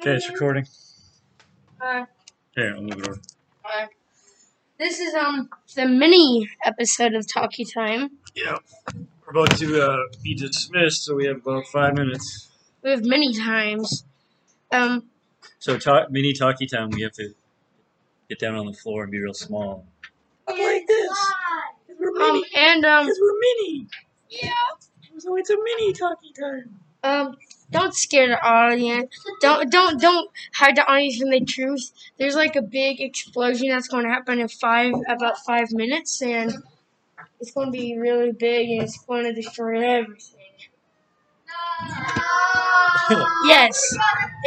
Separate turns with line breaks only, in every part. Okay, it's recording.
Uh,
Here, I'll move it over.
uh, this is um the mini episode of Talkie Time.
Yeah. We're about to uh, be dismissed, so we have about five minutes.
We have many times. Um,
So, talk, mini talkie time, we have to get down on the floor and be real small.
I'm like this. we we're mini.
um, and um,
Because we're mini. Yeah. Oh, So it's a mini talkie time.
um, don't scare the audience. Don't don't don't hide the audience from the truth. There's like a big explosion that's going to happen in five about five minutes, and it's going to be really big, and it's going to destroy everything. Yes,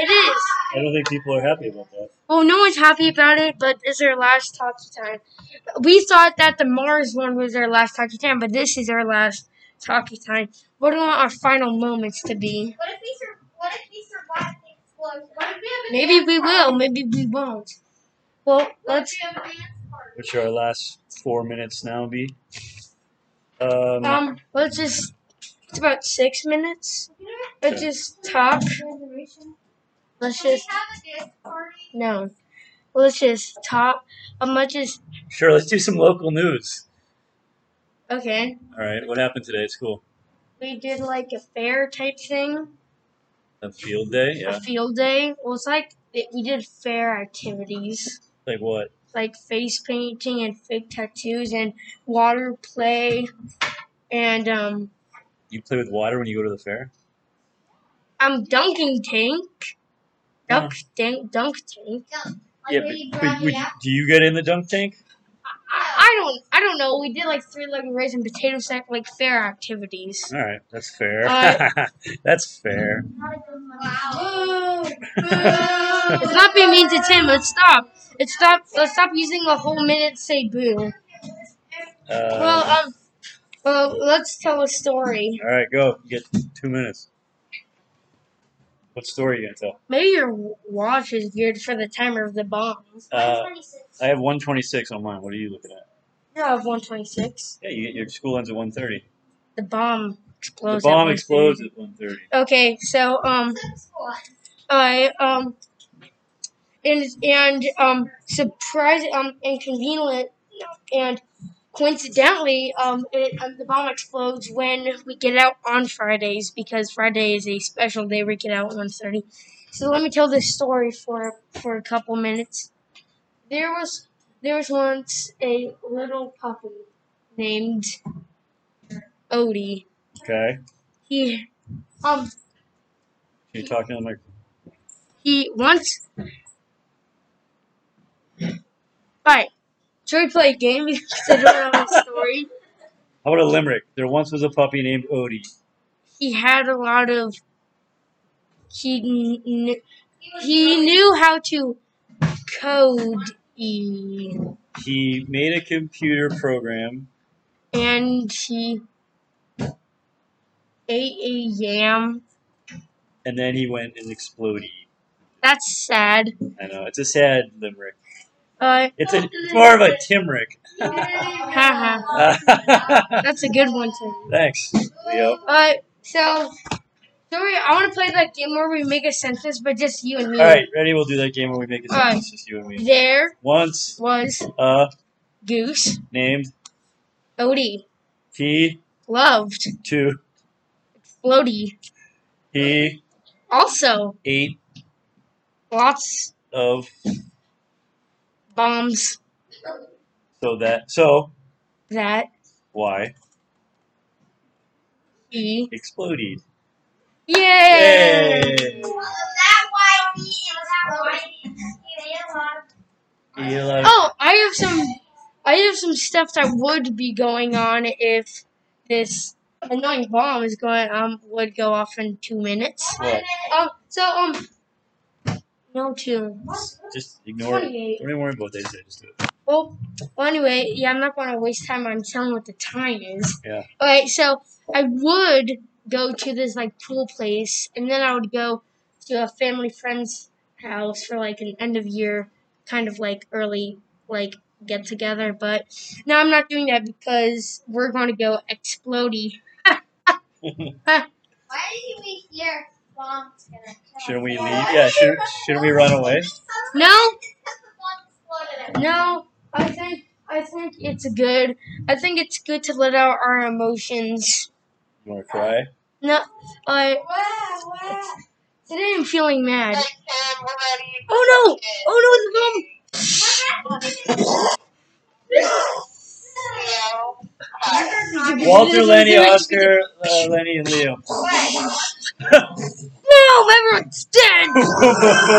it is.
I don't think people are happy about that.
Well, Oh, no one's happy about it, but it's our last talkie time. We thought that the Mars one was our last talkie time, but this is our last talkie time. What do we want our final moments to be?
What if we sur- What if we survive the explosion? What if we have a
Maybe
dance
we
party?
will, maybe we won't. Well,
What
let's.
if we have a dance party?
Which our last four minutes now be? Um,
Um, let's just. It's about six minutes. Let's just talk. Let's
Can we
just.
have a dance party?
No. Let's just talk. Um, let's just.
sure, let's do some local news.
Okay.
All right, what happened today at school?
We did like a fair type thing.
A field day?
a
Yeah.
field day. Well, it's like it, we did fair activities
Like what?
like face painting and fake tattoos and water play. And um,
You play with water when you go to the fair?
I'm dunking tank. Dunk tank, dunk tank.
Like
yeah,
we
but,
grab
but,
the
but do you get in the dunk tank?
I don't, I don't know. We did like three legged race and potato sack, like fair activities.
All right, that's fair.
Uh,
that's fair. Uh,
apple. Wow.
it's not being mean to Tim. Let's stop. Let's stop. Let's stop using a whole minute to say boo.
Uh,
Well, um, well, let's tell a story.
all right, go. You get two minutes. What story are you gonna
Maybe your w- watch is geared for the timer of the bombs.
tell? Uh, I have one twenty six on mine. What are you looking at?
You have 126.
Yeah, you, your school ends at one thirty.
The bomb
The
explodes. at
bomb
1:30.
explodes at one thirty.
Okay, so um, I um, and and um, surprise um, inconvenient and coincidentally um, it, um, the bomb explodes when we get out on Fridays because Friday is a special day. We get out at 1:30. So let me tell this story for for a couple minutes. There was there was once a little puppy named Odie.
Okay.
He um
Can you talk to the mic?
he once. Alright, should we play a game? Because I don't know the story.
How about a limerick? There once was a puppy named Odie.
He had a lot of. He kn- he knew how to code e
He made a computer program.
and he ate a yam.
And then he went and exploded.
That's sad.
I know it's a sad limerick.
Uh,
It's a it's more of a Timrick.
haha. That's a good one too.
Thanks, Leo.
Uh, so, sorry, I want to play that game where we make a sentence, but just you and me.
All right, ready? We'll do that game when we make a
All right.
sentence. Just you and me.
There
Once
was
a
Goose,
named
Odie,
T
loved,
two
Floaty,
he
also
ate
lots
of
bombs
so that so
that
why
he.
exploded.
Yay!
Yay!
That white bee and that white bee.
He loved-
Oh, I have some, I have some stuff that would be going on if this annoying bomb is going um would go off in two minutes.
What?
Um, so um, no two.
Just ignore it.
28.
Don't even worry about what they say. Just do it.
Well, well, anyway, yeah, I'm not going to waste time on telling what the time is.
Yeah.
Okay, so I would go to this like pool place, and then I would go to a family friend's house for like an end of year kind of like early like get together. But no, I'm not doing that because we're going to go explodey.
Why are we here? bomb's gonna kill
Should we
us.
leave? Yeah. Should should we run away?
No,
Because the bomb exploded.
no. I think I think it's good. I think it's good to let out our emotions.
You want to cry?
No, I
Wow, wow.
today I'm feeling mad.
What
Oh no! Oh no! The bomb! Oh,
Walter, Lenny, Oscar, uh, Lenny, and Leo.
What?
No, everyone's dead.